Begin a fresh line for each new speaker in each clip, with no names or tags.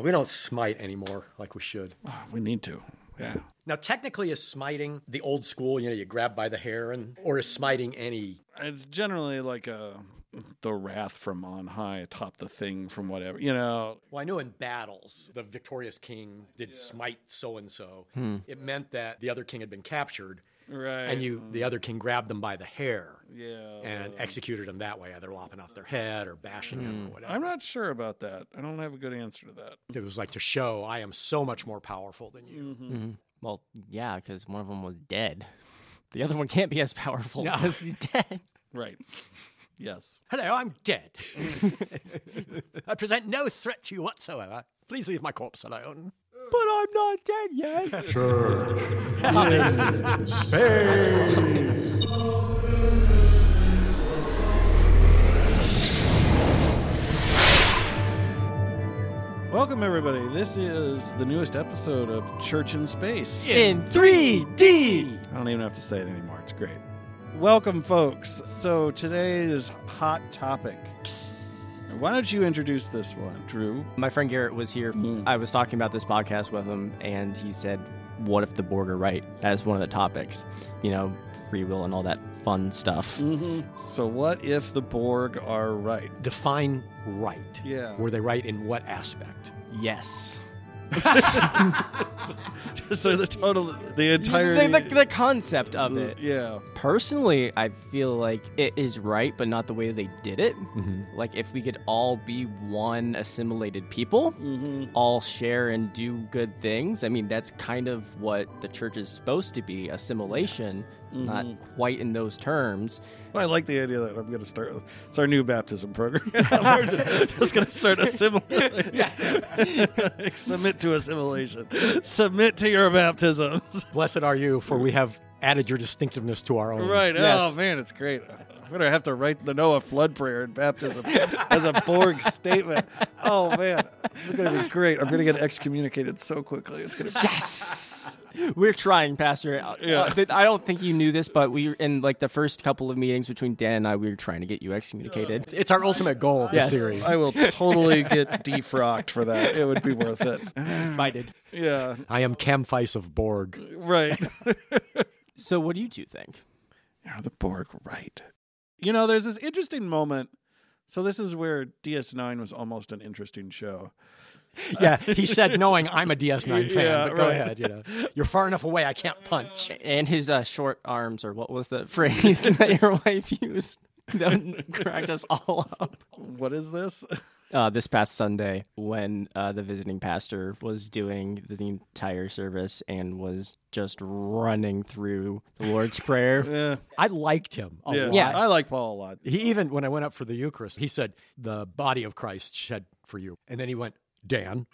We don't smite anymore like we should.
Ah, we need to. Yeah.
Now, technically, is smiting the old school? You know, you grab by the hair, and or is smiting any?
It's generally like a the wrath from on high atop the thing from whatever, you know.
Well, I know in battles, the victorious king did smite so and so. It meant that the other king had been captured,
Right.
and you, the other king, grabbed them by the hair
Yeah.
and executed them that way, either lopping off their head or bashing them or whatever.
I'm not sure about that. I don't have a good answer to that.
It was like to show I am so much more powerful than
Hmm.
you.
Well, yeah, because one of them was dead. The other one can't be as powerful
No.
because he's dead.
Right. Yes.
Hello, I'm dead. I present no threat to you whatsoever. Please leave my corpse alone.
But I'm not dead yet.
Welcome everybody. This is the newest episode of Church in Space.
In 3D.
I don't even have to say it anymore. It's great. Welcome folks. So today's hot topic. Why don't you introduce this one, Drew?
My friend Garrett was here. I was talking about this podcast with him, and he said, "What if the border right?" as one of the topics. You know, free will and all that fun stuff.
So what if the Borg are right?
Define right.
Yeah.
Were they right in what aspect?
Yes.
Just they're the total the entire
The, the- the concept of
Hmm.
it.
Yeah.
Personally, I feel like it is right, but not the way they did it. Like, if we could all be one assimilated people, all share and do good things, I mean, that's kind of what the church is supposed to be assimilation, not quite in those terms.
Well, I like the idea that I'm going to start. With, it's our new baptism program. We're just, going to start assimilating. Submit to assimilation. Submit to your baptisms.
Blessed are you, for we have added your distinctiveness to our own.
Right.
Yes.
Oh man, it's great. I'm going to have to write the Noah flood prayer in baptism as a Borg statement. Oh man, it's going to be great. I'm going to get excommunicated so quickly. It's going to. Be-
We're trying, Pastor. Uh,
Yeah.
th- I don't think you knew this, but we, in like the first couple of meetings between Dan and I, we were trying to get you excommunicated.
It's our ultimate goal of
Yes.
the series.
I will totally get defrocked for that. It would be worth it.
Spited.
Yeah.
I am Camphis of Borg.
Right.
So, what do you two think?
Are the Borg right? You know, there's this interesting moment. So this is where DS9 was almost an interesting show.
Yeah, he said, knowing I'm a DS9 fan,
Yeah,
but go
right.
ahead. You know, you're far enough away. I can't punch.
And his uh, short arms, or what was the phrase that your wife used? That cracked us all up.
What is this?
Uh, this past Sunday, when uh, the visiting pastor was doing the entire service and was just running through the Lord's Prayer.
Yeah.
I liked him a lot.
Yeah.
I like Paul a lot.
He even when I went up for the Eucharist, he said, "The body of Christ shed for you," and then he went, "Dan."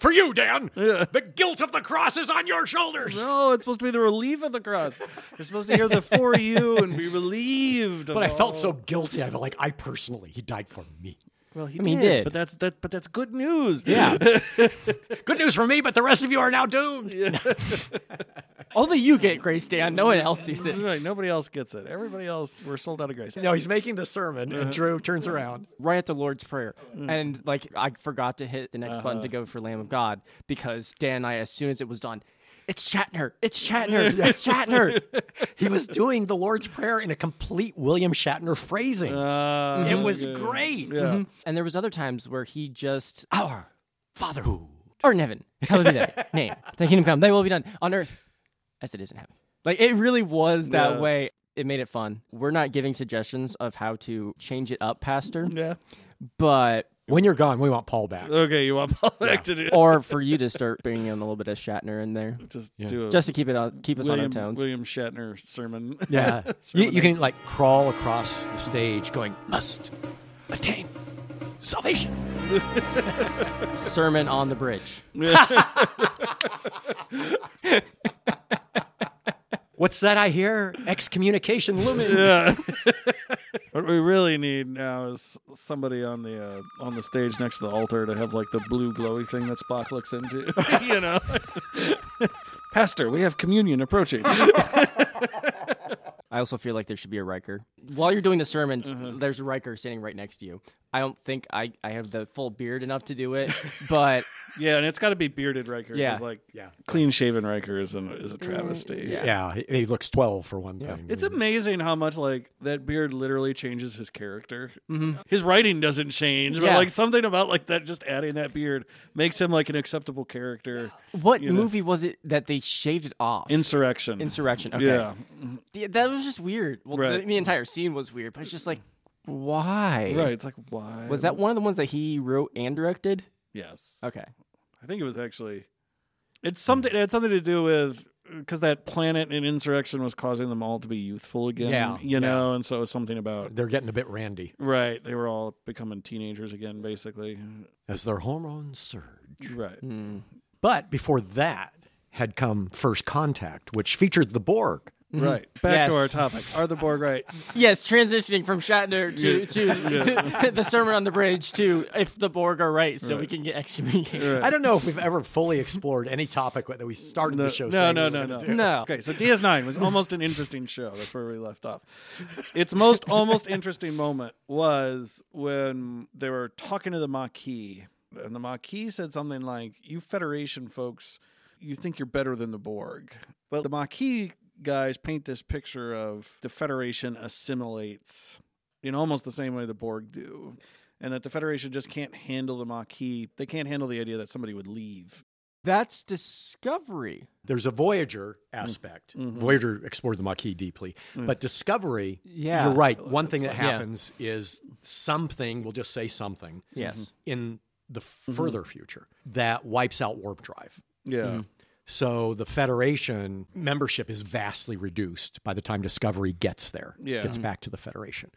For you, Dan. The guilt of the cross is on your shoulders.
No, it's supposed to be the relief of the cross. You're supposed to hear the for you and be relieved. of
But I felt
all-
so guilty. I felt like I personally, he died for me.
well. He,
I mean, he
did,
did.
but that's that. But that's good news.
Yeah.
Good news for me, but the rest of you are now doomed.
Only you get grace, Dan. No one else does it.
Right, nobody else gets it. Everybody else, we're sold out of grace.
No, he's making the sermon,
Uh-huh.
and Drew turns around.
Right at the Lord's Prayer. And, like, I forgot to hit the next button to go for Lamb of God because Dan and I, as soon as it was done, it's Shatner. It's Shatner. It's Shatner.
He was doing the Lord's Prayer in a complete William Shatner phrasing.
Uh,
Mm-hmm.
it was great.
yeah.
And there was other times where he just
Our Father who.
or in heaven, hallowed be thy name, thy kingdom come, thy will be done on earth as it is in heaven. Like it really was that
Yeah.
way. It made it fun. We're not giving suggestions of how to change it up, Pastor,
yeah.
but
When you're gone, we want Paul back.
Okay, you want Paul back to do
or for you to start bringing in a little bit of Shatner in there,
just do a
just to keep it on, keep us
William,
on our tones.
William Shatner sermon.
Yeah. you, you can like crawl across the stage going, must attain salvation.
Sermon on the bridge.
What's that I hear? Excommunication looming.
What we really need now is somebody on the uh, on the stage next to the altar to have like the blue glowy thing that Spock looks into. you know, Pastor, we have communion approaching.
I I also feel like there should be a Riker. While you're doing the sermons,
Mm-hmm.
there's a Riker standing right next to you. I don't think I, I have the full beard enough to do it, but
Yeah, and it's got to be bearded Riker.
Yeah. Mm,
Yeah, like
Yeah.
clean shaven Riker is a, is a travesty. yeah.
Yeah, he- he looks 12 for one thing.
It's amazing how much like that beard literally changes his character. His writing doesn't change, but
Mm-hmm. Yeah.
like something about like that, just adding that beard makes him like an acceptable character.
what movie was it that they shaved it off?
Insurrection.
Insurrection. Okay.
Yeah.
Yeah, that was just weird. Well,
Right.
the, the entire scene was weird, but it's just like, why?
Right. It's like why
Was that one of the ones that he wrote and directed?
Yes.
Okay.
I think it was actually. Hmm. It's something. It had something to do with because that planet in Insurrection was causing them all to be youthful again.
Yeah,
You know, and so it was something about.
They're getting a bit randy
Right, they were all becoming teenagers again, basically.
as their hormones surge.
Right.
But before that had come First Contact, which featured the Borg.
Right. Back to
Yes.
our topic. Are the Borg right?
Yes, transitioning from Shatner to, to the Sermon on the Bridge to if the Borg are right, so we can get excommunicated.
I don't know if we've ever fully explored any topic that we started the show.
No,
saying
no,
we were
no,
gonna
no.
do.
No.
Okay, so DS9 was almost an interesting show. That's where we left off. Its most almost interesting moment was when they were talking to the Maquis, and the Maquis said something like, You Federation folks, you think you're better than the Borg. But the Maquis guys paint this picture of the Federation assimilates in almost the same way the Borg do. And that the Federation just can't handle the Maquis. They can't handle the idea that somebody would leave.
That's Discovery.
There's a Voyager aspect.
Mm-hmm.
Voyager explored the Maquis deeply,
Mm.
but Discovery.
Yeah.
You're right. One thing that
Yeah.
happens is something. We'll just say something
Yes.
in the
Mm-hmm.
further future that wipes out warp drive.
Yeah.
So the Federation membership is vastly reduced by the time Discovery gets there,
Yeah.
Mm-hmm.
gets back to the Federation.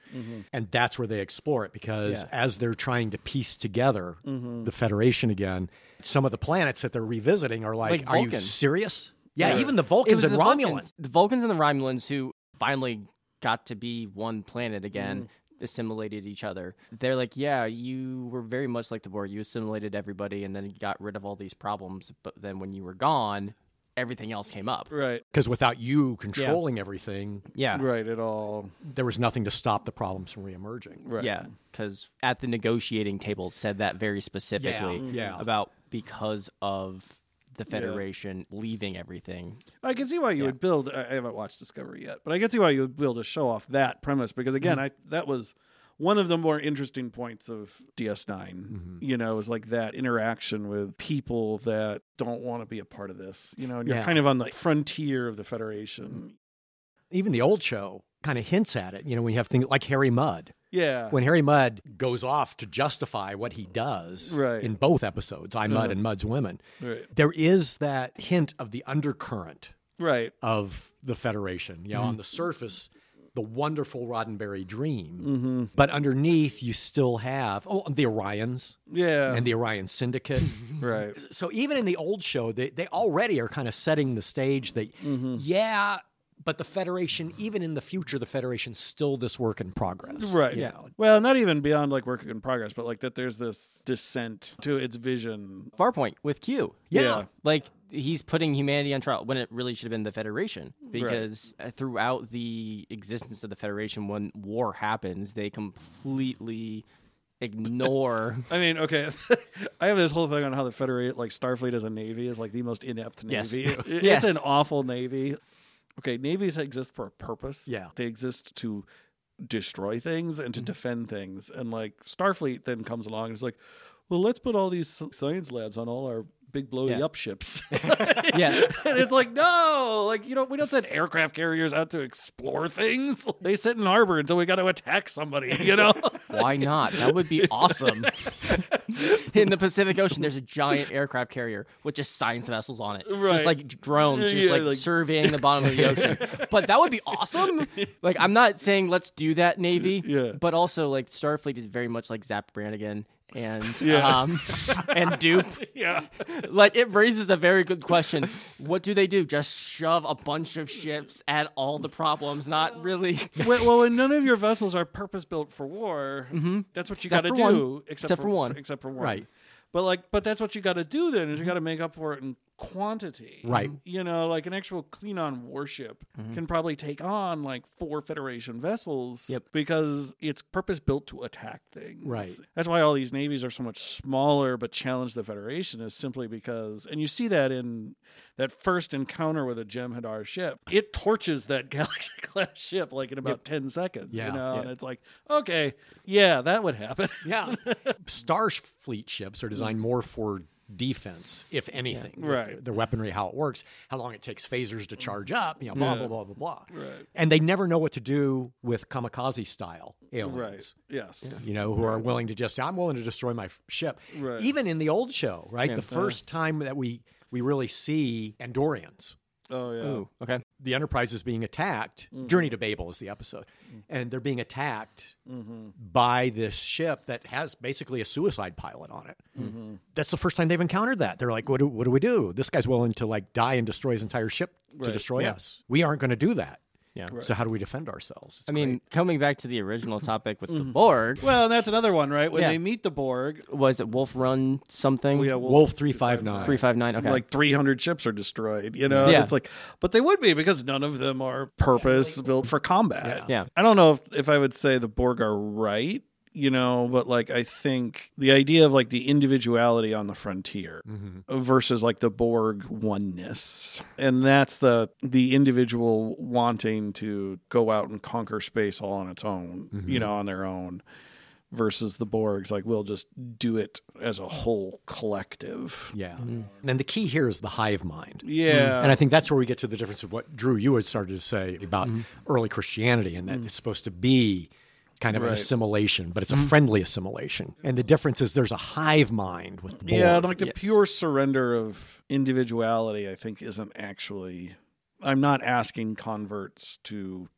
And that's where they explore it because as they're trying to piece together
Mm-hmm.
the Federation again, some of the planets that they're revisiting are like,
Like
are you
Vulcan."
serious? Yeah,
Yeah.
even the
It
Vulcans
was
and
the
Romulans.
Vulcans. The Vulcans and the Romulans who finally got to be one planet again.
Mm.
Assimilated each other. They're like, yeah, you were very much like the Borg. You assimilated everybody, and then got rid of all these problems. But then when you were gone, everything else came up.
Right.
Because without you controlling everything,
Yeah,
Right at all.
there was nothing to stop the problems from reemerging.
Right.
Yeah, because at the negotiating table said that very specifically
yeah.
about because of the Federation leaving everything.
I can see why you would build. I I haven't watched Discovery yet, but I can see why you would build a show off that premise because again, I that was one of the more interesting points of DS9. You know, is like that interaction with people that don't want to be a part of this. You know, and you're
Yeah.
kind of on the frontier of the Federation.
Even the old show kind of hints at it. You know, when you have things like Harry Mudd.
Yeah.
when Harry Mudd goes off to justify what he does
Right.
in both episodes, I Mudd and Mudd's Women,
right.
there is that hint of the undercurrent
Right.
of the Federation. You know,
Mm.
on the surface, the wonderful Roddenberry dream,
Mm-hmm.
but underneath, you still have oh the Orions
Yeah.
and the Orion Syndicate.
right.
so even in the old show, they they already are kind of setting the stage that
Mm-hmm.
yeah. But the Federation, even in the future, the Federation's still this work in progress.
Right.
you
Yeah.
know.
Well, not even beyond like work in progress, but like that there's this dissent to its vision.
Farpoint with Q.
yeah.
Like he's putting humanity on trial when it really should have been the Federation because uh throughout the existence of the Federation when war happens, they completely ignore
I mean, okay, I have this whole thing on how the Federate, like Starfleet as a navy, is like the most inept
Yes.
navy. It-
Yes.
It's an awful navy. Okay, navies exist for a purpose.
Yeah.
they exist to destroy things
Mm-hmm.
and to defend things. And like Starfleet then comes along and is like, well, let's put all these s- science labs on all our big blowy
Yeah.
up ships.
yeah.
and it's like, no, like you know, we don't send aircraft carriers out to explore things. They sit in harbor until we got to attack somebody. You know.
Why not? That would be awesome. In the Pacific Ocean, there's a giant aircraft carrier with just science vessels on it,
Right.
just like drones, just
Yeah,
like,
like-
surveying the bottom of the ocean. but that would be awesome. Like, I'm not saying let's do that, Navy.
Yeah.
But also, like Starfleet is very much like Zap Brannigan and
Yeah.
um, and Dupe.
yeah.
Like, it raises a very good question. What do they do? Just shove a bunch of ships at all the problems? Not really.
well, well, when none of your vessels are purpose built for war, that's what you got
Mm-hmm. Except
to
for one.
do.
Except for one.
except for one,
Right.
But like, but that's what you got to do. Then is you got to make up for it in quantity.
Right.
You know, like an actual Klingon warship
Mm-hmm.
can probably take on like four Federation vessels
Yep.
because it's purpose built to attack things.
Right.
That's why all these navies are so much smaller but challenge the Federation is simply because and you see that in that first encounter with a Jem'Hadar ship. It torches that galaxy class ship like in about 10 seconds,
Yeah.
you know,
Yeah.
and it's like, okay, yeah, that would happen.
Yeah. Starfleet ships are designed more for defense, if anything. with
Right.
Their, their weaponry, how it works, how long it takes phasers to charge up, you know, blah, blah, blah, blah, blah.
Right.
And they never know what to do with kamikaze style aliens.
Right. Yes.
You know, who are willing to just, I'm willing to destroy my f- ship.
Right.
Even in the old show, right? The first time that we, we really see Andorians,
Oh yeah.
Ooh, okay.
the Enterprise is being attacked. Journey to Babel is the episode. And they're being attacked by this ship that has basically a suicide pilot on it. That's the first time they've encountered that. They're like, what do, what do we do? This guy's willing to like die and destroy his entire ship to
Right.
destroy us. We aren't going to do that.
Yeah.
So how do we defend ourselves? It's
I mean, coming back to the original topic with the Borg,
Well, that's another one, right? When
Yeah.
they meet the Borg,
was it Wolf Run something?
Oh, yeah,
great. Wolf 359.
Three five nine. Okay.
like 300 ships are destroyed, you know?
Yeah.
It's like, but they would be because none of them are purpose built for combat.
Yeah. Yeah.
I don't know if, if I would say the Borg are right, you know, but like, I think the idea of like the individuality on the frontier
Mm-hmm.
versus like the Borg oneness. And that's the, the individual wanting to go out and conquer space all on its own,
Mm-hmm.
you know, on their own. Versus the Borgs, like we'll just do it as a whole collective.
Mm-hmm.
Yeah. And then the key here is the hive mind.
Yeah.
And I think that's where we get to the difference of what Drew you had started to say about
Mm-hmm.
early Christianity and that it's supposed to be kind of an
Mm. Right. Mm-hmm.
assimilation, but it's a friendly assimilation. And the difference is there's a hive mind with the Borg.
Yeah, like the
Yes.
pure surrender of individuality, I think, isn't actually. I'm not asking converts to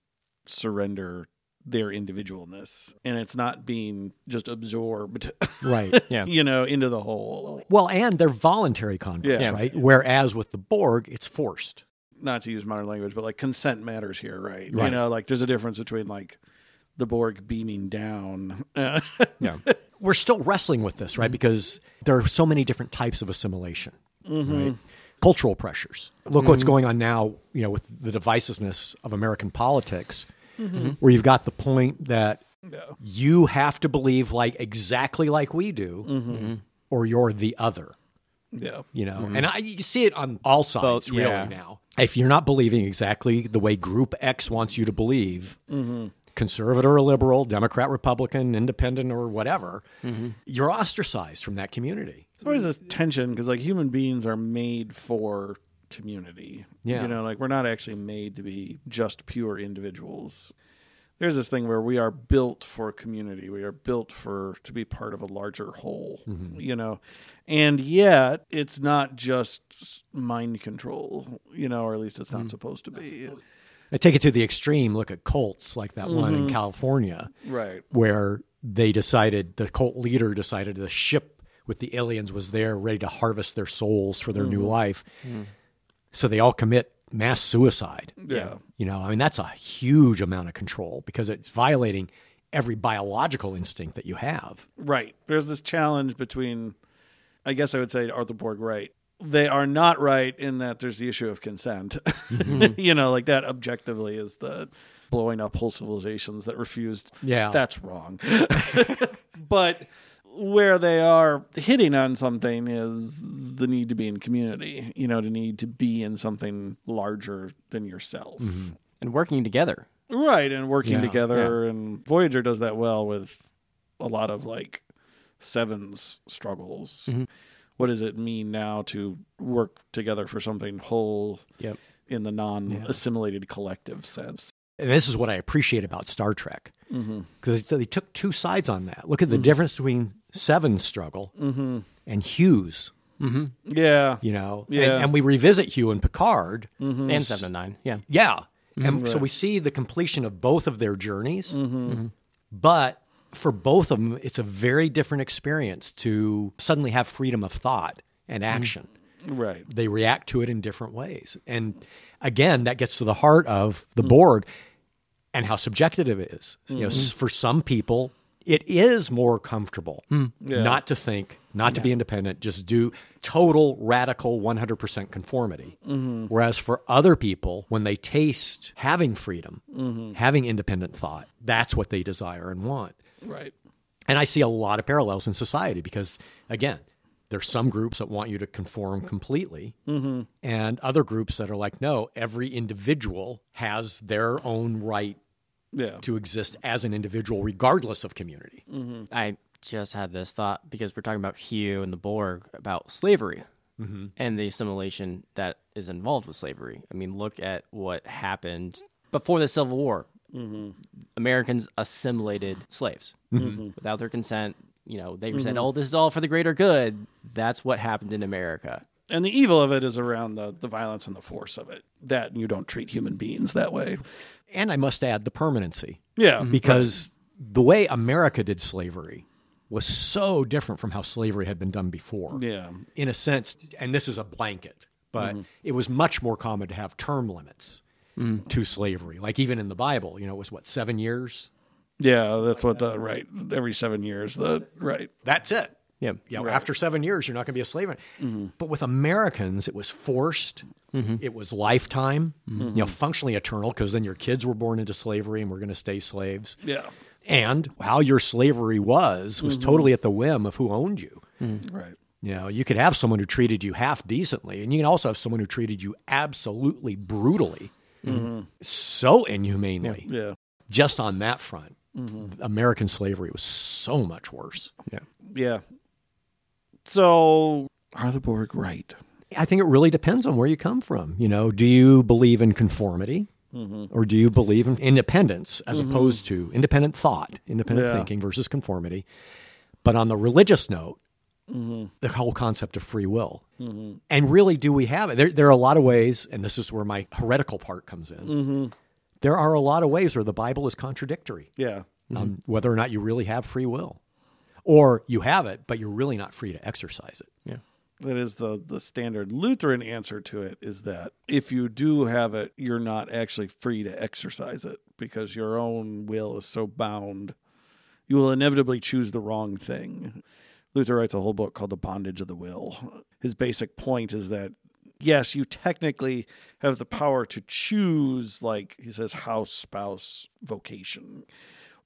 surrender their individualness, and it's not being just absorbed,
right.
yeah.
you know, into the whole.
Well, and they're voluntary converts,
Yeah.
right? Whereas with the Borg, it's forced.
Not to use modern language, but like consent matters here, right? You
Right.
know, like there's a difference between like the Borg beaming down. uh, yeah.
Yeah.
We're still wrestling with this, right?
Mm-hmm.
Because there are so many different types of assimilation,
Mm-hmm.
right? Cultural pressures. Look what's going on now, you know, with the divisiveness of American politics,
Mm-hmm.
where you've got the point that you have to believe like exactly like we do
Mm-hmm.
or you're the other
Yeah.
you know and i you see it on all sides
Both,
really
yeah.
now if you're not believing exactly the way group x wants you to believe
Mm-hmm.
conservative or liberal democrat republican independent or whatever
Mm-hmm.
you're ostracized from that community
It's always this tension because like human beings are made for community.
Yeah.
You know, like we're not actually made to be just pure individuals. There's this thing where we are built for community. We are built for to be part of a larger whole, you know. And yet, it's not just mind control, you know, or at least it's Mm-hmm. not supposed to be.
i take it to the extreme look at cults like that one
Mm-hmm.
in california
Right.
where they decided the cult leader decided the ship with the aliens was there ready to harvest their souls for their
Mm-hmm.
new life so they all commit mass suicide
Yeah.
you know i mean that's a huge amount of control because it's violating every biological instinct that you have
Right. There's this challenge between, I guess I would say Arthur Borg right. They are not right in that there's the issue of consent. you know, like that objectively is the blowing up whole civilizations that refused.
Yeah.
That's wrong. but where they are hitting on something is the need to be in community, you know, to need to be in something larger than yourself.
And working together.
Right, and working
Yeah.
together and Voyager does that well with a lot of like Seven's struggles. What does it mean now to work together for something whole
Yep.
in the non assimilated collective sense?
and this is what i appreciate about star trek
Mm-hmm.
because they took two sides on that look at the difference between seven's struggle
Mm-hmm.
and hugh's
Yeah.
you know And-
Yeah.
and, we revisit hugh and picard
And seven and nine. Yeah.
Yeah. And so we see the completion of both of their journeys. But for both of them, it's a very different experience to suddenly have freedom of thought and action.
Right.
They react to it in different ways. And again, that gets to the heart of the Borg and how subjective it is. You know, s- for some people, it is more comfortable
Yeah.
not to think, not to be independent, just do total radical 100% conformity. Whereas for other people, when they taste having freedom, having independent thought, that's what they desire and want.
Right.
And I see a lot of parallels in society because, again, there's some groups that want you to conform completely, and other groups that are like, no, every individual has their own right
Yeah.
to exist as an individual, regardless of community.
I just had this thought because we're talking about Hugh and the Borg about slavery and the assimilation that is involved with slavery. I mean, look at what happened before the Civil War. Americans assimilated slaves Mm-hmm. without their consent. You know, they said, "Oh, this is all for the greater good." That's what happened in America.
and the evil of it is around the, the violence and the force of it that you don't treat human beings that way
And I must add the permanency,
yeah
because the way America did slavery was so different from how slavery had been done before.
yeah
in a sense, and this is a blanket, but it was much more common to have term limits to slavery. Like even in the Bible, you know, it was what, seven years?
yeah that's what the right every seven years the right
That's it.
Yeah.
You know, After seven years, you're not going to be a slave. But with Americans, it was forced. It was lifetime, you know, functionally eternal, because then your kids were born into slavery and were going to stay slaves.
yeah
And how your slavery was was totally at the whim of who owned you.
right
You know, you could have someone who treated you half decently, and you can also have someone who treated you absolutely brutally, so inhumanely.
yeah
Just on that front, American slavery was so much worse.
yeah so are the borg right
I think it really depends on where you come from. You know, do you believe in conformity? Or do you believe in independence as opposed to independent thought, independent
Yeah.
thinking versus conformity? But on the religious note, the whole concept of free will. And really, do we have it? There, there are a lot of ways, and this is where my heretical part comes in. There are a lot of ways where the Bible is contradictory
yeah
on whether or not you really have free will, or you have it, but you're really not free to exercise it.
Yeah.
that is the the standard lutheran answer to it is that if you do have it you're not actually free to exercise it because your own will is so bound you will inevitably choose the wrong thing luther writes a whole book called the bondage of the will his basic point is that yes you technically have the power to choose like he says house spouse vocation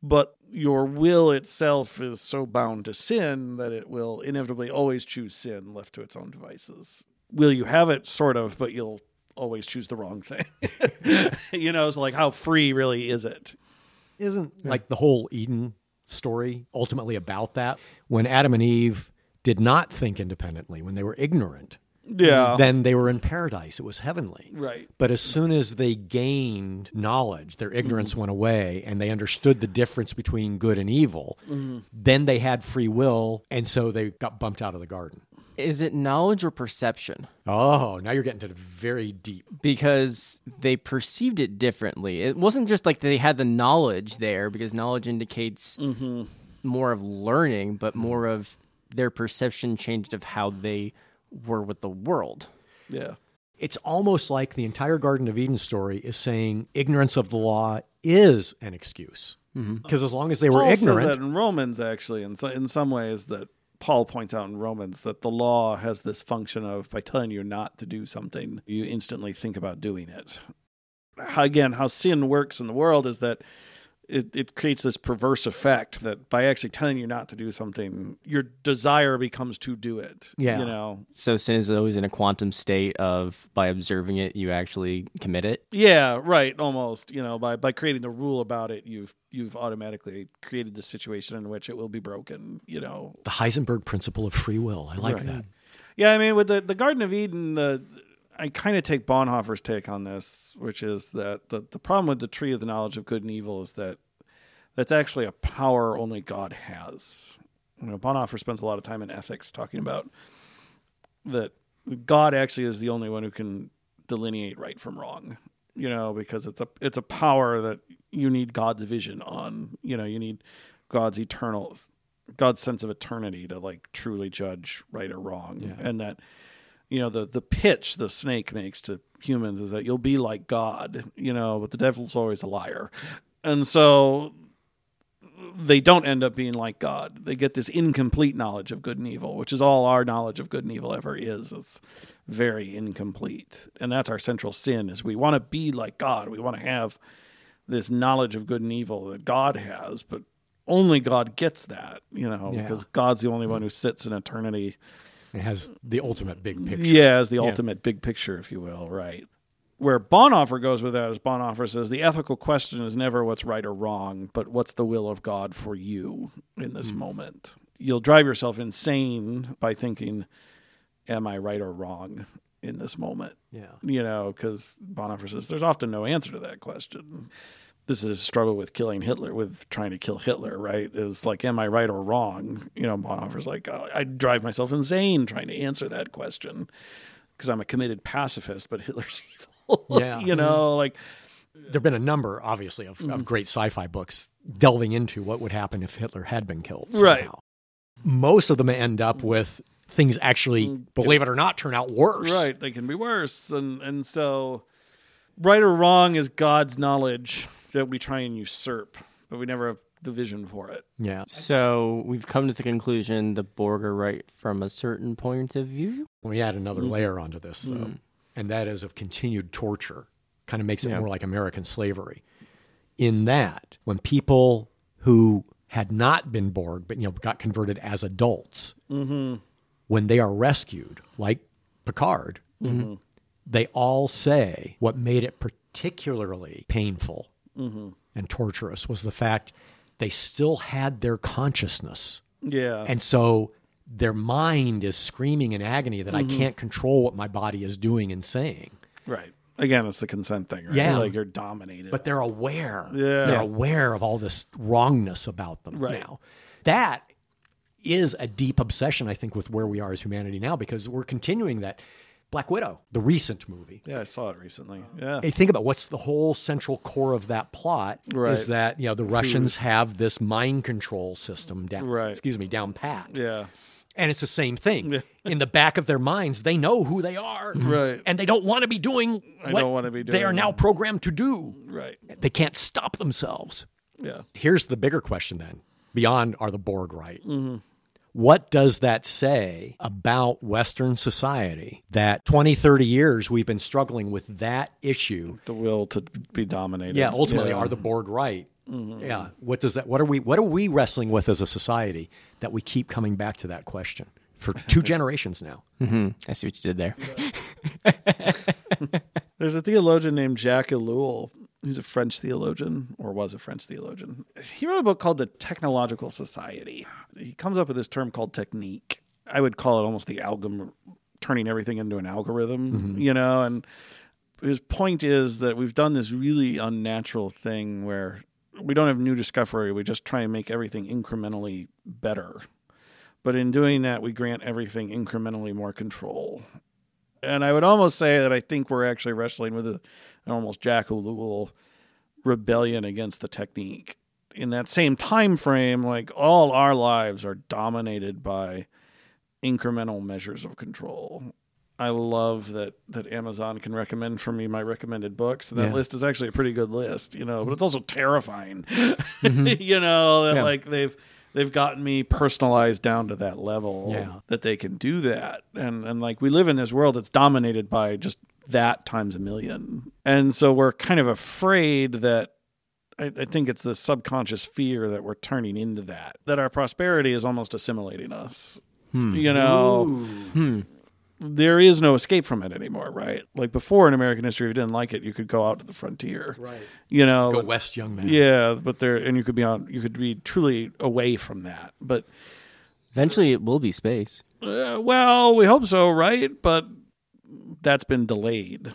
but your will itself is so bound to sin that it will inevitably always choose sin left to its own devices. Will you have it? Sort of, but you'll always choose the wrong thing. you know, it's like how free really is it?
isn't like the whole Eden story ultimately about that? When Adam and Eve did not think independently, when they were ignorant,
Yeah.
then they were in paradise. It was heavenly.
right.
But as soon as they gained knowledge, their ignorance
Mm-hmm.
went away and they understood the difference between good and evil.
Mm-hmm.
Then they had free will, and so they got bumped out of the garden.
Is it knowledge or perception?
Oh, now you're getting to the very deep.
because they perceived it differently. It wasn't just like they had the knowledge there, because knowledge indicates more of learning, but more of their perception changed of how they were with the world.
Yeah.
It's almost like the entire Garden of Eden story is saying ignorance of the law is an excuse. Because as long as they were
Paul
ignorant,
says that in Romans, actually, in, so, in some ways, that Paul points out in Romans that the law has this function of by telling you not to do something, you instantly think about doing it. How, again, how sin works in the world is that it, it creates this perverse effect that by actually telling you not to do something, your desire becomes to do it.
Yeah.
You know?
So sin is always in a quantum state of by observing it, you actually commit it.
Yeah, right, almost. You know, by, by creating the rule about it, you've you've automatically created the situation in which it will be broken, you know,
the Heisenberg principle of free will. I like that.
Yeah, I mean, with the, the Garden of Eden, the I kind of take Bonhoeffer's take on this, which is that the, the problem with the tree of the knowledge of good and evil is that that's actually a power only God has. You know, Bonhoeffer spends a lot of time in ethics talking about that God actually is the only one who can delineate right from wrong. You know, because it's a it's a power that you need God's vision on. You know, you need God's eternal God's sense of eternity to like truly judge right or wrong. And that you know, the the pitch the snake makes to humans is that you'll be like God, you know, but the devil's always a liar. And so they don't end up being like God. They get this incomplete knowledge of good and evil, which is all our knowledge of good and evil ever is. It's very incomplete. And that's our central sin is we want to be like God. We want to have this knowledge of good and evil that God has, but only God gets that, you know,
Yeah.
because God's the only one who sits in eternity.
It has the ultimate big picture.
Yeah, as the ultimate big picture, if you will, right. Where Bonhoeffer goes with that is Bonhoeffer says the ethical question is never what's right or wrong, but what's the will of God for you in this moment. You'll drive yourself insane by thinking, "Am I right or wrong in this moment?"
Yeah.
you know, because Bonhoeffer says there's often no answer to that question. This is his struggle with killing Hitler, with trying to kill Hitler, right? Is like, am I right or wrong? You know, Bonhoeffer's like, oh, I drive myself insane trying to answer that question because I'm a committed pacifist, but Hitler's evil.
Yeah. Mm-hmm.
you know, like,
There have been a number, obviously, of, of great sci fi books delving into what would happen if Hitler had been killed.
Right.
somehow. Most of them end up with things actually, believe it or not, turn out worse.
right, they can be worse. And, and so, right or wrong is God's knowledge that we try and usurp, but we never have the vision for it.
Yeah.
So we've come to the conclusion the Borg are right from a certain point of view.
We add another layer onto this, though, and that is of continued torture. Kind of makes it more like American slavery. In that, when people who had not been Borg, but you know, got converted as adults, when they are rescued, like Picard, they all say what made it particularly painful and torturous was the fact they still had their consciousness.
Yeah.
And so their mind is screaming in agony that
Mm-hmm.
I can't control what my body is doing and saying.
Right. Again, it's the consent thing, right?
Yeah.
Like you're dominated.
But they're aware.
Yeah.
They're aware of all this wrongness about them
Right.
now. That is a deep obsession, I think, with where we are as humanity now because we're continuing that. Black Widow, the recent movie.
yeah, I saw Oh. it recently. Yeah.
Hey, think about what's the whole central core of that plot
Right.
is that you know the Russians have this mind control system down
Right.
excuse me down pat.
yeah.
And it's the same thing. In the back of their minds, they know who they are.
Right.
And they don't want to be doing what
don't wanna be
they are
doing
now
that.
programmed to do.
Right.
They can't stop themselves.
Yeah.
Here's the bigger question then beyond are the Borg right?
Mm-hmm.
What does that say about Western society that 20, 30 years we've been struggling with that issue?
The will to be dominated.
Yeah, ultimately, are the Borg right?
Mm-hmm.
Yeah. What does that? What are we? What are we wrestling with as a society that we keep coming back to that question for two generations now?
I see what you did there.
There's a theologian named Jacques Ellul. He's a French theologian, or was a French theologian. He wrote a book called The Technological Society. He comes up with this term called technique. I would call it almost the algorithm, turning everything into an algorithm, you know. And his point is that we've done this really unnatural thing where we don't have new discovery. We just try and make everything incrementally better. But in doing that, we grant everything incrementally more control. And I would almost say that I think we're actually wrestling with a, an almost jackal rebellion against the technique. In that same time frame, like all our lives are dominated by incremental measures of control. I love that that Amazon can recommend for me my recommended books. And that
Yeah.
list is actually a pretty good list, you know, but it's also terrifying. you know, that
Yeah.
like they've they've gotten me personalized down to that level
Yeah.
that they can do that. And and like we live in this world that's dominated by just that times a million. And so we're kind of afraid that I, I think it's the subconscious fear that we're turning into that. That our prosperity is almost assimilating us. You know, there is no escape from it anymore, right? Like before in American history, if you didn't like it, you could go out to the frontier, right? You know,
Go west, young man.
yeah, but there, and you could be on, you could be truly away from that. But
Eventually, it will be space.
uh, well, we hope so, right? But that's been delayed.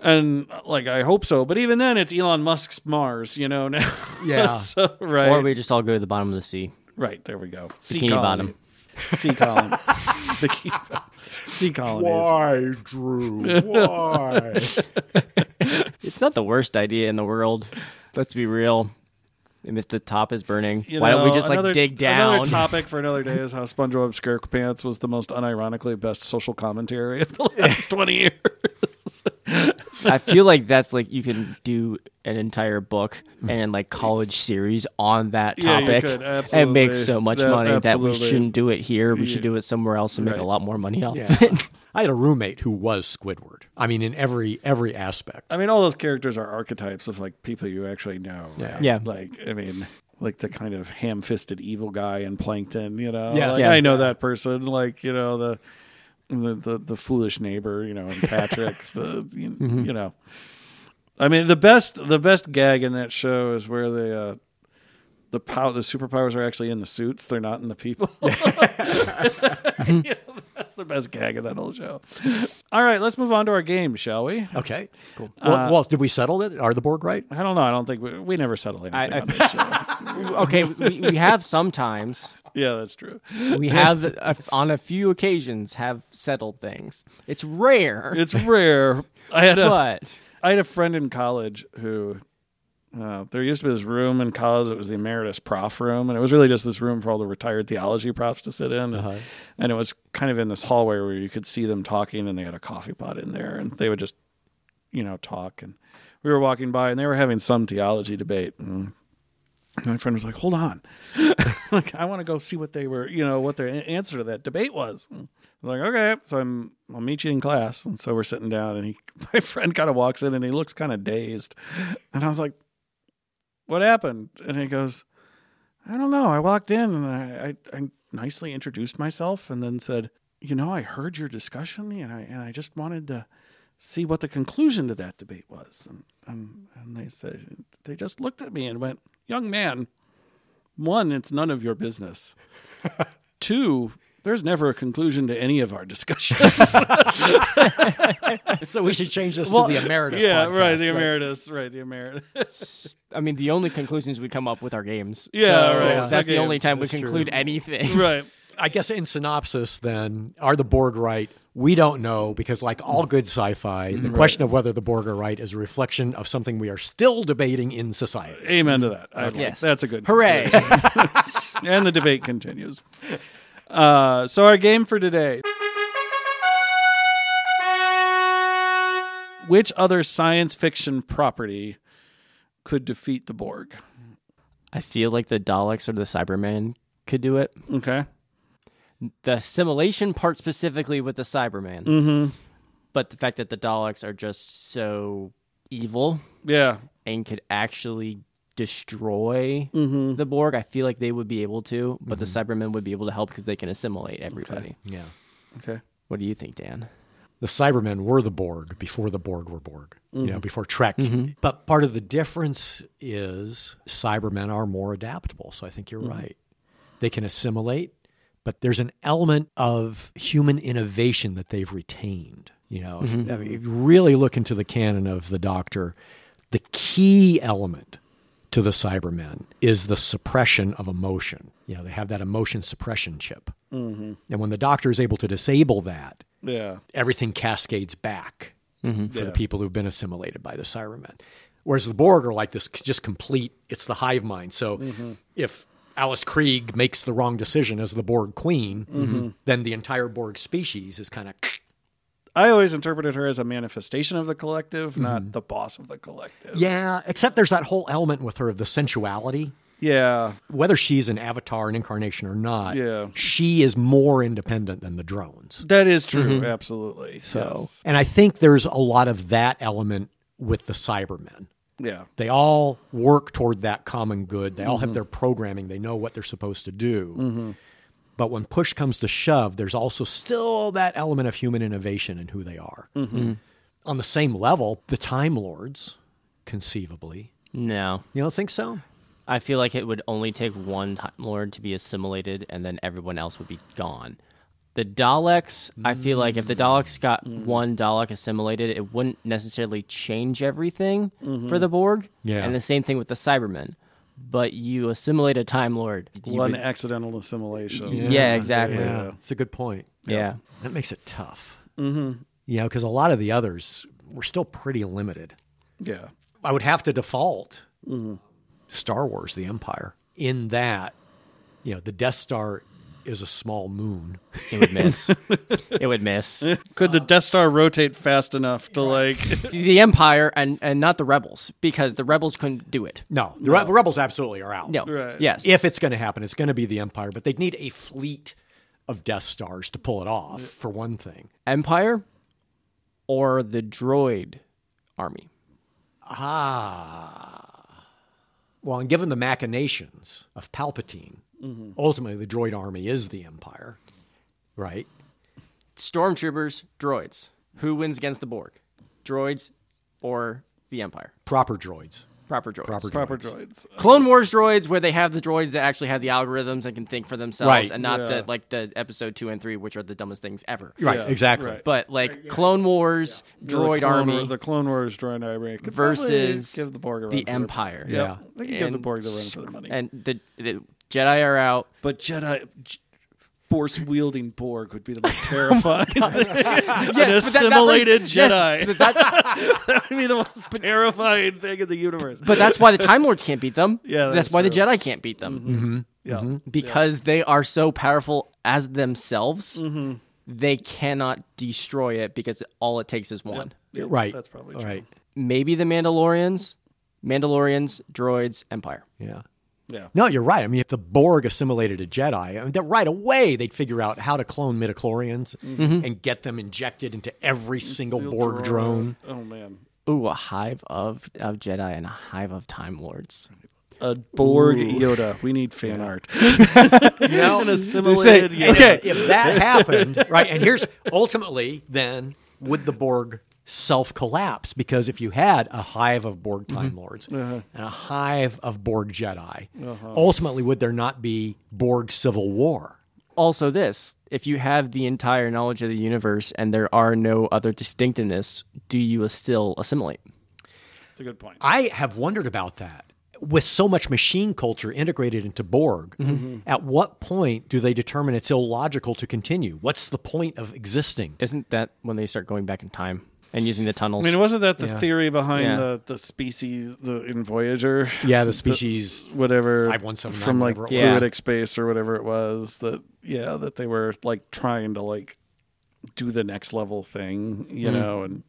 And like I hope so, but even then, it's Elon Musk's Mars, you know. Now,
Yeah.
so, right,
Or Uh, we just all go to the bottom of the sea.
right. There we go. Sea
Bikini bottom.
Sea colony. Bikini- sea colonies.
Why, Drew? Why?
It's not the worst idea in the world. Let's be real. And if the top is burning,
You
why don't we
know,
just like
another-
dig down?
Another topic for another day is how SpongeBob SquarePants was the most unironically best social commentary of the last twenty years.
I feel like that's like you can do an entire book and like college series on that
Yeah, you
topic
could,
and make
absolutely.
so much
That-
money that we
absolutely.
shouldn't do it here. We should do it somewhere else and make a lot more money off of it.
I had a roommate who was Squidward. I mean, in every every aspect.
I mean, all those characters are archetypes of like people you actually know. Yeah.
Yeah.
Like, I mean, like the kind of ham fisted evil guy in Plankton, you know?
Yes.
Like,
Yeah.
I know that person. Like, you know, the. The, the the foolish neighbor, you know, and Patrick, the you,
Mm-hmm.
you know, I mean the best the best gag in that show is where the uh, the pow the superpowers are actually in the suits; they're not in the people.
Mm-hmm.
You know, that's the best gag in that whole show. All right, let's move on to our game, shall we?
Okay. Cool. Uh, Well, well, did we settle it? Are the Borg right?
I don't know. I don't think we, we never settle anything.
I-
on this show.
okay, we, we have sometimes
yeah, that's true.
we have uh on a few occasions have settled things. It's rare,
It's rare. I had a
but
I had a friend in college who uh, there used to be this room in college. It was the emeritus prof room, and it was really just this room for all the retired theology profs to sit in. And, and it was kind of in this hallway where you could see them talking, and they had a coffee pot in there, and they would just you know talk. And we were walking by, and they were having some theology debate. And my friend was like, "Hold on, like I want to go see what they were, you know, what their a- answer to that debate was." I was like, "Okay," so I'm I'll meet you in class, and so we're sitting down, and he, my friend, kind of walks in, and he looks kind of dazed, and I was like, "What happened?" And he goes, "I don't know. I walked in, and I I, I nicely introduced myself, and then said." You know, I heard your discussion, and I and I just wanted to see what the conclusion to that debate was. And, and, and they said, they just looked at me and went, Young man, one, it's none of your business. Two, there's never a conclusion to any of our discussions.
So we should change this to the emeritus.
yeah,
podcast,
right. The emeritus, right. The emeritus.
I mean the only conclusions we come up with are games.
Yeah,
So
right,
That's
our
the only
games,
time we
that's
conclude anything.
right.
I guess in synopsis, then, are the Borg right? We don't know because, like all good sci fi, the question of whether the Borg are right is a reflection of something we are still debating in society.
Amen to that. I,
Yes.
That's a good.
Hooray!
and the debate continues. Uh, so our game for today. Which other science fiction property could defeat the Borg?
I feel like the Daleks or the Cybermen could do it.
Okay.
The simulation part specifically with the Cyberman,
Mm-hmm.
but the fact that the Daleks are just so evil
Yeah.
and could actually destroy
Mm-hmm.
the Borg, I feel like they would be able to, but the Cybermen would be able to help because they can assimilate everybody.
Yeah.
Okay.
What do you think, Dan?
The Cybermen were the Borg before the Borg were Borg, you know, before Trek. But part of the difference is Cybermen are more adaptable. So I think you're right. They can assimilate, but there's an element of human innovation that they've retained. You know, if, I mean, if you really look into the canon of the Doctor, the key element to the Cybermen is the suppression of emotion. You know, they have that emotion suppression chip. And when the Doctor is able to disable that,
Yeah.
everything cascades back for the people who've been assimilated by the Cybermen. Whereas the Borg are like this just complete, it's the hive mind. So if Alice Krieg makes the wrong decision as the Borg queen, then the entire Borg species is kind of.
I always interpreted her as a manifestation of the collective, not the boss of the collective.
Yeah, except there's that whole element with her of the sensuality.
Yeah.
Whether she's an avatar, an incarnation, or not,
Yeah.
she is more independent than the drones.
That is true. Absolutely.
So,
Yes.
and I think there's a lot of that element with the Cybermen.
Yeah.
they all work toward that common good. They
Mm-hmm.
all have their programming. They know what they're supposed to do. But when push comes to shove, there's also still that element of human innovation and in who they are.
Mm-hmm.
Mm-hmm. On the same level, the Time Lords, conceivably,
No.
you don't think so?
I feel like it would only take one Time Lord to be assimilated, and then everyone else would be gone. The Daleks, I feel like
Mm-hmm.
if the Daleks got one Dalek assimilated, it wouldn't necessarily change everything
Mm-hmm.
for the Borg.
Yeah.
And the same thing with the Cybermen. But you assimilate a Time Lord. you
One e-,
would-
accidental assimilation.
yeah, exactly. Yeah.
it's a good point.
yeah.
That makes it tough. Mm-hmm. You know, because a lot of the others were still pretty limited.
Yeah.
I would have to default
Mm-hmm.
Star Wars: The Empire in that, you know, the Death Star is a small moon.
It would miss. it would miss.
Could the Death Star rotate fast enough to like?
The Empire and, and not the Rebels, because the Rebels couldn't do it.
No, the Re- rebels absolutely are out.
No.
Right.
Yes.
If it's going to happen, it's going to be the Empire, but they'd need a fleet of Death Stars to pull it off, for one thing.
Empire or the droid army.
Well, and given the machinations of Palpatine,
Mm-hmm.
ultimately the droid army is the Empire, right?
Stormtroopers, droids. Who wins against the Borg? Droids or the Empire?
Proper droids.
Proper droids.
Proper droids.
Proper droids.
Clone Wars droids, where they have the droids that actually have the algorithms and can think for themselves,
Right.
and not
Yeah.
the like the episode two and three, which are the dumbest things ever.
Right,
Yeah,
exactly.
right.
But like Clone Wars,
The
droid
Clone
army
War- the Clone Wars droid army could probably
versus
give the Borg a run for their-
Empire,
Yeah,
Yeah.
they could give the
And
Borg the run for their money.
and the, the Jedi are out.
but Jedi. Force wielding Borg would be the most terrifying. An
but that- that brings-
assimilated
yes,
Jedi.
but that-
that would be the most terrifying thing in the universe.
But that's why the Time Lords can't beat them.
Yeah,
that's,
that's
why the
true. Mm-hmm.
Jedi can't beat them
yeah.
because they are so powerful as themselves.
Mm-hmm.
They cannot destroy it because all it takes is one.
Yeah,
Right.
That's probably true.
Right.
Maybe the Mandalorians, Mandalorians, droids, Empire.
Yeah.
Yeah.
No, you're right. I mean, if the Borg assimilated a Jedi, I mean, that right away they'd figure out how to clone midichlorians and get them injected into every single Borg drone.
Oh man.
Ooh, a hive of, of Jedi and a hive of Time Lords.
A Borg Yoda. We need fan art.
You know?
An assimilated
They say-
Yoda.
okay.
if that happened, right? And here's ultimately then would the Borg self collapse? Because if you had a hive of Borg Time Lords and a hive of Borg Jedi, ultimately would there not be Borg civil war?
Also, this if you have the entire knowledge of the universe and there are no other distinctiveness, do you still assimilate?
That's a good point.
I have wondered about that. With so much machine culture integrated into Borg, at what point do they determine it's illogical to continue? What's the point of existing?
Isn't that when they start going back in time and using the
I
tunnels?
mean, wasn't that the theory behind
Yeah.
the, the species the in Voyager?
Yeah, the species.
Whatever
5179,
from like
whatever it
was.
fluidic space or whatever it was that yeah, that they were like trying to like do the next level thing, you know, and Mm.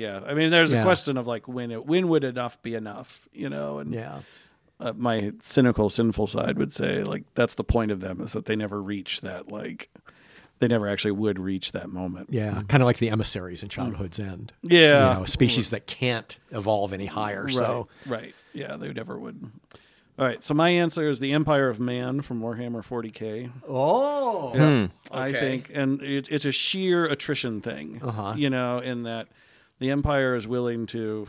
yeah. I mean there's
Yeah.
a question of like when it when would enough be enough, you know, and
Yeah.
uh, my cynical, sinful side would say, like, that's the point of them is that they never reach that, like, they never actually would reach that moment.
Yeah, Mm-hmm. kind of Mm-hmm. like the emissaries in Childhood's End.
Yeah.
You know, a species that can't evolve any higher.
right.
So,
right. Yeah, they never would. All right. So my answer is the Empire of Man from Warhammer 40K.
oh,
I
Okay.
think, and it, it's a sheer attrition thing,
Uh-huh.
you know, in that the Empire is willing to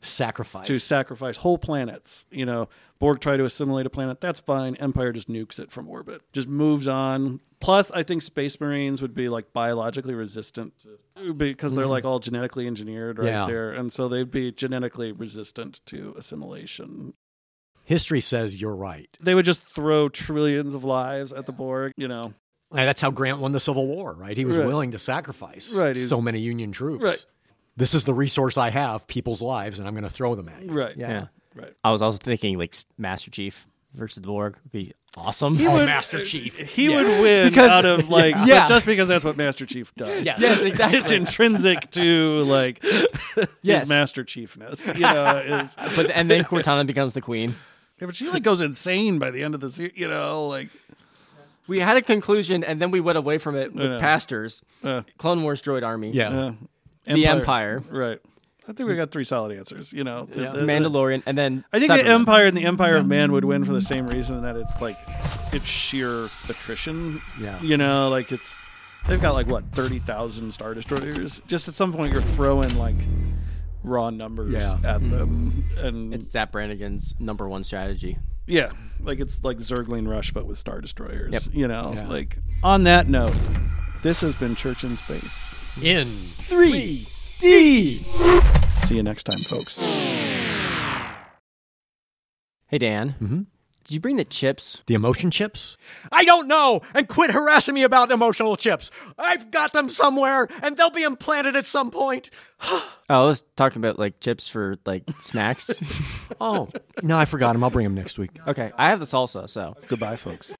sacrifice.
to sacrifice whole planets. You know, Borg try to assimilate a planet. That's fine. Empire just nukes it from orbit. Just moves on. Plus, I think Space Marines would be like biologically resistant to, because they're like all genetically engineered right
Mm-hmm. Yeah.
there, and so they'd be genetically resistant to assimilation.
History says you're right.
They would just throw trillions of lives at the Borg. You know,
And that's how Grant won the Civil War, right? He was
Right.
willing to sacrifice
Right, he's-
so many Union troops.
Right.
This is the resource I have, people's lives, and I'm going to throw them at you.
right?
Yeah.
yeah.
right.
I was also thinking like s- Master Chief versus the Borg would be awesome.
Oh, Master Chief.
He would win
Because-
out of like
Yeah.
but just because that's what Master Chief does.
Yes.
yes, exactly.
It's intrinsic to like
yes.
his master chiefness. You know, is
But and then Cortana becomes the queen.
Yeah, but she like goes insane by the end of the series. You know, like
We had a conclusion and then we went away from it with
know.
pastors.
Uh.
Clone Wars droid army.
Yeah.
The Empire.
right? I think we got three solid answers. You know, The- the-
Mandalorian and then
I think
Cybermen.
the Empire and the Empire of Man would win for the same reason that it's like it's sheer attrition.
Yeah.
you know, like it's they've got like what thirty thousand star destroyers. Just at some point, you're throwing like raw numbers
Yeah.
at them, and
Mm-hmm. It's Zap Brannigan's number one strategy.
Yeah, like it's like Zergling Rush, but with star destroyers.
Yep.
You know,
Yeah.
like on that note, this has been Church in Space.
In 3D.
See you next time, folks.
Hey Dan. Mm-hmm. Did you bring the chips?
The emotion chips? I don't know! And quit harassing me about emotional chips! I've got them somewhere, and they'll be implanted at some point!
Oh, I was talking about like chips for like snacks.
Oh, no, I forgot them. I'll bring them next week.
okay. I have the salsa, so
Goodbye, folks.